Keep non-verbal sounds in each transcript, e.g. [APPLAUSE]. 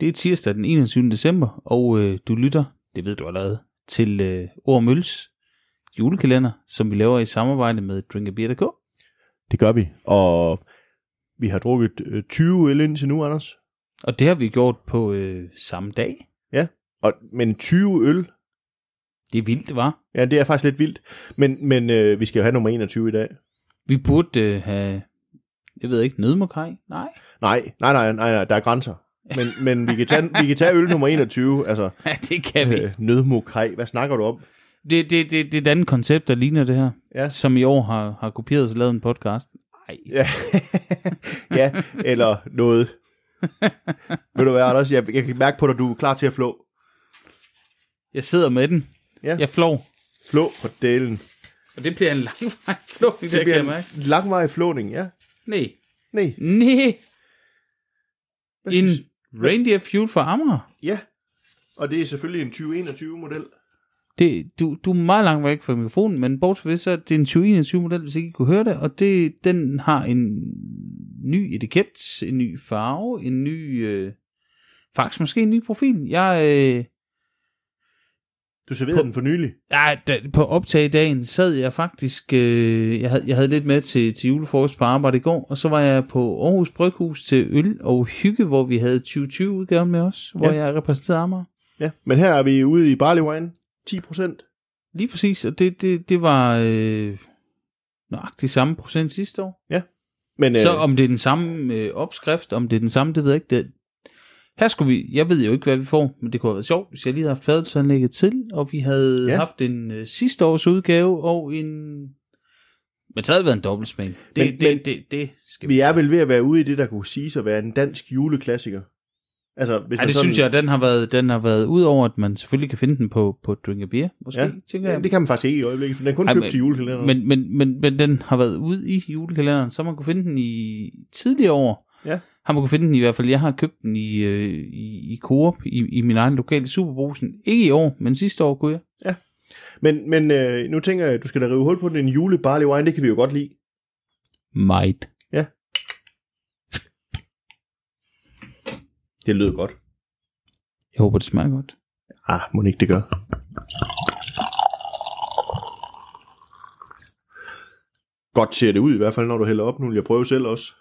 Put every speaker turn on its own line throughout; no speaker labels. Det er tirsdag den 21. december, og øh, du lytter, det ved du allerede, til øh, Ord Mølles julekalender, som vi laver i samarbejde med drinkabeer.dk.
Det gør vi. Og vi har drukket øh, 20 øl indtil nu, Anders.
Og det har vi gjort på øh, samme dag.
Og, men 20 øl,
Det er vildt, var.
ja, det er faktisk lidt vildt. Men, men øh, vi skal jo have nummer 21 i dag.
Vi burde øh, have, jeg ved ikke, nødmokaj? Nej. [LAUGHS]
Nej, nej, nej, nej, nej der er grænser. Men, men vi, kan tage, vi kan tage øl nummer 21, altså
Ja, det kan vi.
øh, nødmokaj. Hvad snakker du om?
Det, det, det, det er et andet koncept, der ligner det her,
Ja, s-
som i år har, har kopieret og lavet en podcast. Nej,
ja. [LAUGHS] ja eller noget. Ved du hvad, Anders? Jeg, jeg kan mærke på dig, du er klar til at flå.
jeg sidder med den.
Ja.
Jeg flår.
Flå på delen.
Og det bliver en langvarig flugning, det, det kan jeg
en
mærke.
langvarig flåning, ja.
Nej.
Nej.
Nej.
Hvad skal
En
vi s-
reindeer fuel fra Amager.
Ja. Og det er selvfølgelig en 2021-model.
Det, du, du er meget langt væk fra mikrofonen, men bortset fra det, så er det en 2021 model, hvis ikke I kunne høre det, og det, den har en ny etiket, en ny farve, en ny, øh, faktisk måske en ny profil. Jeg, øh,
Du serverede
På-
den for nylig.
Ja, da, på optag i dagen sad jeg faktisk, øh, jeg, havde, jeg havde lidt med til, til julefrokost på arbejde i går, og så var jeg på Aarhus Bryghus til øl og hygge, hvor vi havde 2020-udgaven med os, hvor
Ja.
jeg repræsenterede Amager.
Ja. Men her er vi ude i barley wine. 10 procent.
Lige præcis, og det, det, det var øh, nøjagtigt samme procent sidste år.
Men
Så om det er den samme øh, opskrift, om det er den samme, det ved jeg ikke. Det, her skulle vi, jeg ved jo ikke, hvad vi får, men det kunne have været sjovt, hvis jeg lige havde haft fadelsanlægget til, og vi havde
Ja.
ja. haft en øh, sidste års udgave og en... Men så havde det været en dobbeltsmag. Det,
Men-
men, det,
men-
det, det, det skal vi...
vi er vel ved at være ude i det, der kunne siges at være en dansk juleklassiker. Altså, hvis
Ej,
man
det
sådan,
synes jeg, den har været, den har været ud over, at man selvfølgelig kan finde den på, på Drink a Beer, måske,
Ja.
ja. tænker
Ja,
jeg.
det kan man faktisk ikke i øjeblikket, for den er kun
Ej,
købt
men-
til julekalenderen.
men, men, men, men den har været ude i julekalenderen, så man kunne finde den i tidligere år.
Ja.
Har man kunne finde den i hvert fald. Jeg har købt den i, øh, i, i Coop, i, i min egen lokale superbrusen. Ikke i år, men sidste år kunne jeg.
Men, men øh, nu tænker jeg, at du skal da rive hul på den en jule barley wine, det kan vi jo godt lide.
Might.
Det lyder godt.
Jeg håber, det smager godt.
Ah, må ikke det gør. Godt ser det ud i hvert fald, når du hælder op. Nu vil jeg prøve selv også.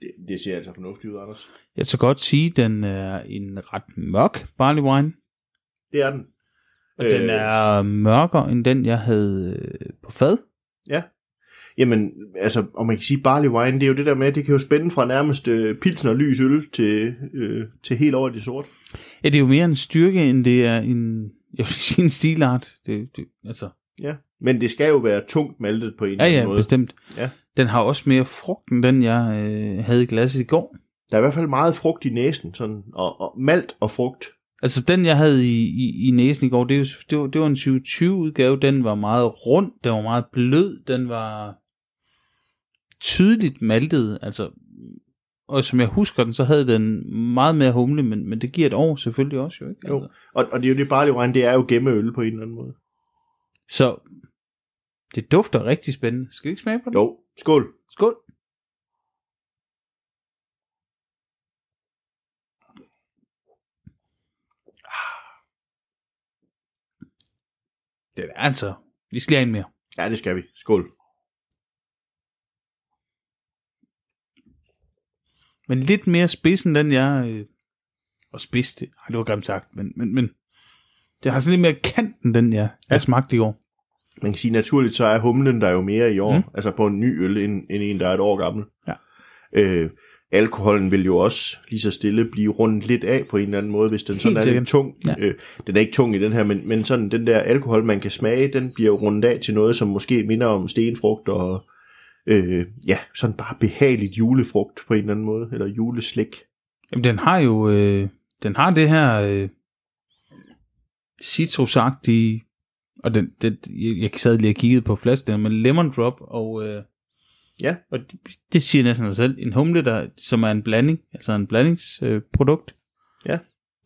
Det, det ser altså fornuftigt ud, Anders.
Jeg så godt sige, at den er en ret mørk barley wine.
Det er den.
Og øh. den er mørkere end den, jeg havde øh, på fad.
Jamen, altså, om man kan sige barley wine, det er jo det der med, det kan jo spænde fra nærmest øh, pilsen og lys øl til, øh, til helt over i det sorte.
Ja, det er jo mere en styrke, end det er en, jeg vil sige, en stilart. Det, det, altså,
Ja. Men det skal jo være tungt maltet på en eller
Ja,
anden
ja,
måde.
bestemt.
Ja.
Den har også mere frugt, end den jeg øh, havde i glasset i går.
Der er i hvert fald meget frugt i næsen, sådan, og, og malt og frugt.
Altså den, jeg havde i, i, i næsen i går, det, er jo- det, var, det var en 2020-udgave. Den var meget rund, den var meget blød, den var tydeligt maltet. Altså, og som jeg husker den, så havde den meget mere humle, men, men det giver et år selvfølgelig også jo, ikke?
Jo.
Altså.
Og, og det er jo det barley wine, det er jo gemmeøl på en eller anden måde.
Så det dufter rigtig spændende. Skal vi ikke smage på det?
Jo, skål.
Skål. Det er altså, vi skal have en mere.
Ja, det skal vi. Skål.
Men lidt mere spids end den jeg, øh, og spids det, ej, det var grimt sagt, men, men, men det har sådan lidt mere kant end den jeg, jeg
Ja.
smagte i går.
Man kan sige, naturligt så er humlen der jo mere i år,
Mm.
mm. altså på en ny øl, end, end en, der er et år gammel.
Ja.
Øh, alkoholen vil jo også lige så stille blive rundet lidt af på en eller anden måde, hvis den sådan
Helt
er
sikkert.
lidt tung.
Ja.
Øh, den er ikke tung i den her, men, men sådan den der alkohol, man kan smage, den bliver jo rundet af til noget, som måske minder om stenfrugt og øh, ja, sådan bare behageligt julefrugt på en eller anden måde, eller juleslik.
Jamen, den har jo, øh, den har det her øh, citrusagtige, og den, den, jeg, jeg sad lige og kiggede på flasken der med lemon drop, og, øh,
Ja.
og det- det siger næsten sig selv, en humle, der, som er en blanding, altså en blandingsprodukt, øh, produkt,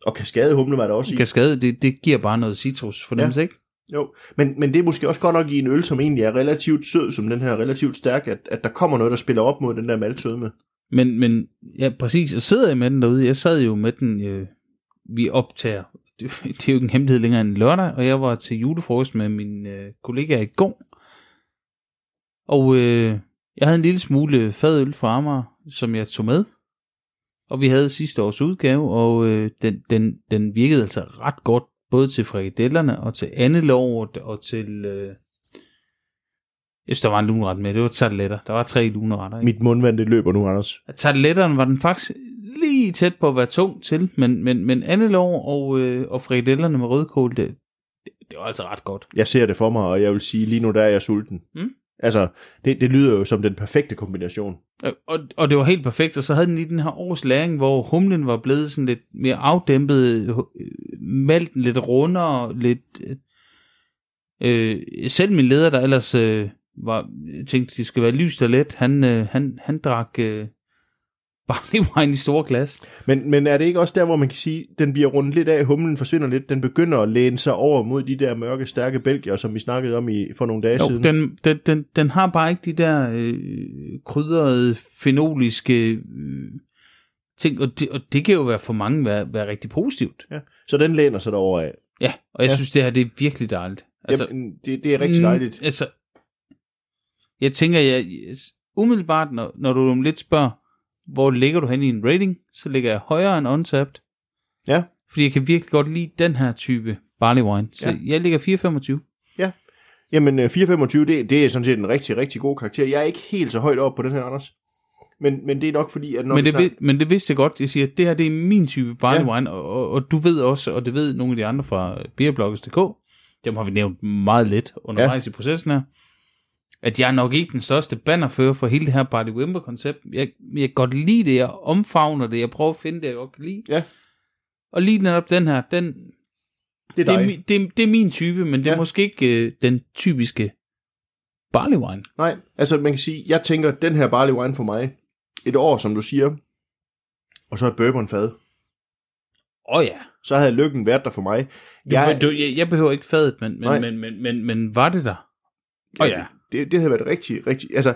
Og kaskadehumle var der også i.
kan skade, det, det giver bare noget citrus fornemmelse, ja. ikke?
Jo, men, men det er måske også godt nok i en øl, som egentlig er relativt sød, som den her relativt stærk, at, at der kommer noget, der spiller op mod den der maltsødme.
Men, men ja, præcis, jeg sidder jeg med den derude. Jeg sad jo med den, øh, vi optager. Det, [LAUGHS] det er jo ikke en hemmelighed længere end lørdag, og jeg var til julefrokost med mine øh, kollegaer i går. Og øh, jeg havde en lille smule fadøl fra Amager, som jeg tog med. Og vi havde sidste års udgave, og øh, den, den, den virkede altså ret godt, både til frikadellerne og til andelovet og til... Øh, jeg synes, der var en luneret med. Det var tarteletter. Der var tre luneretter.
Mit mundvand, det løber nu, Anders.
Tarteletterne var den faktisk lige tæt på at være tung til, men, men, men andelov og, øh, og frikadellerne med rødkål, det, det, det var altså ret godt.
Jeg ser det for mig, og jeg vil sige, lige nu der er jeg sulten.
Mm.
Altså, det, det lyder jo som den perfekte kombination.
Og- Øh, Og, og det var helt perfekt, og så havde den lige den her års læring, hvor humlen var blevet sådan lidt mere afdæmpet, øh, malten lidt rundere, lidt... Øh, øh, selv min leder, der ellers øh, var, tænkte, det skal være lyst og let, han, øh, han, han drak øh, barley [LAUGHS] wine i store glas.
Men, men er det ikke også der, hvor man kan sige, den bliver rundet lidt af, humlen forsvinder lidt, den begynder at læne sig over mod de der mørke, stærke bælger, som vi snakkede om i, for nogle dage
Jo,
siden?
den, den, den, den har bare ikke de der øh, krydrede, fenoliske øh, ting, og det, og det kan jo være for mange være, være rigtig positivt.
Ja. Så den læner sig derover af.
Ja, og jeg
Ja.
ja. synes, det her det er virkelig dejligt.
Altså, Jamen, det, det er rigtig dejligt.
Mm, altså, jeg tænker, jeg, umiddelbart, når, når du om lidt spørger, hvor ligger du hen i en rating, så ligger jeg højere end Untapped,
Ja,
fordi jeg kan virkelig godt lide den her type barley wine. Så
Ja.
ja. jeg ligger 4,25.
ja. Jamen, øh, 4,25, det, det er sådan set en rigtig, rigtig god karakter. Jeg er ikke helt så højt op på den her, Anders. Men, men det er nok fordi, at når
men,
vi
det,
snakker-
vid- men det vidste jeg godt. Jeg siger, at det her det er min type barley
Ja.
ja. wine, og, og, og du ved også, og det ved nogle af de andre fra beerbloggers.dk, dem har vi nævnt meget lidt undervejs ja. i processen her, at jeg er nok ikke den største bannerfører for hele det her Barley Wimper-koncept. Jeg, jeg kan godt lide det, jeg omfavner det, jeg prøver at finde det, jeg godt kan lide.
Ja.
Og lige netop den her, den, det,
det
er,
dig.
mi- det, er, det er min type, men det er
Ja.
ja. måske ikke øh, den typiske barley wine.
Nej, altså man kan sige, jeg tænker, den her barley wine for mig, et år, som du siger, og så et bourbonfad,
Åh oh, ja.
så havde lykken været der for mig.
Du, jeg, du, jeg, jeg behøver ikke fadet, men,
Nej.
men, men, men, men, men var det der? Åh ja.
Det, det havde været rigtig, rigtig, altså,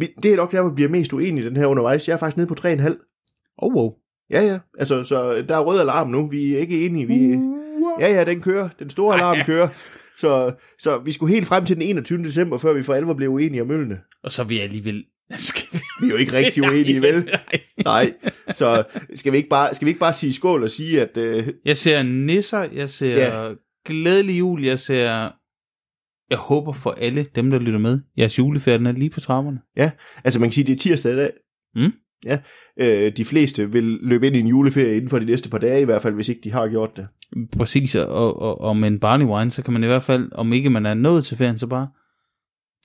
vi- det er nok der, hvor vi bliver mest uenige i den her undervejs. Jeg er faktisk nede på 3,5.
Oh, wow.
Ja, ja, altså, så der er rød alarm nu, vi er ikke enige, vi...
Mm.
Ja, ja, den kører, den store alarm kører. Så, så vi skulle helt frem til den 21. december, før vi for alvor blev uenige om ølene.
Og så er vi alligevel... [LAUGHS] Skal vi...
Vi er jo
[LAUGHS]
ikke rigtig uenige, vel?
Nej.
Nej, så skal vi ikke bare, skal vi ikke bare sige skål og sige, at øh,
Jeg ser nisser, jeg ser
Ja.
yeah. glædelig jul, jeg ser... Jeg håber for alle dem, der lytter med, jeres julefærd den er lige på trapperne.
Altså man kan sige, det er tirsdag i dag.
Mm.
Ja, øh, de fleste vil løbe ind i en juleferie inden for de næste par dage, i hvert fald hvis ikke de har gjort det.
Præcis, og, og, og, og med en barley wine, så kan man i hvert fald, om ikke man er nået til ferien, så bare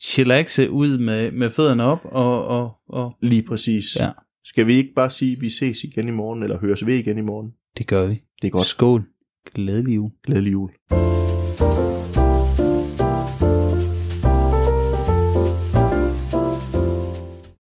chillaxe ud med, med fødderne op, og, og, og
Lige præcis.
Ja.
Skal vi ikke bare sige, at vi ses igen i morgen, eller høres ved igen i morgen?
det gør vi.
Det er godt.
Skål. Glædelig jul.
Glædelig jul.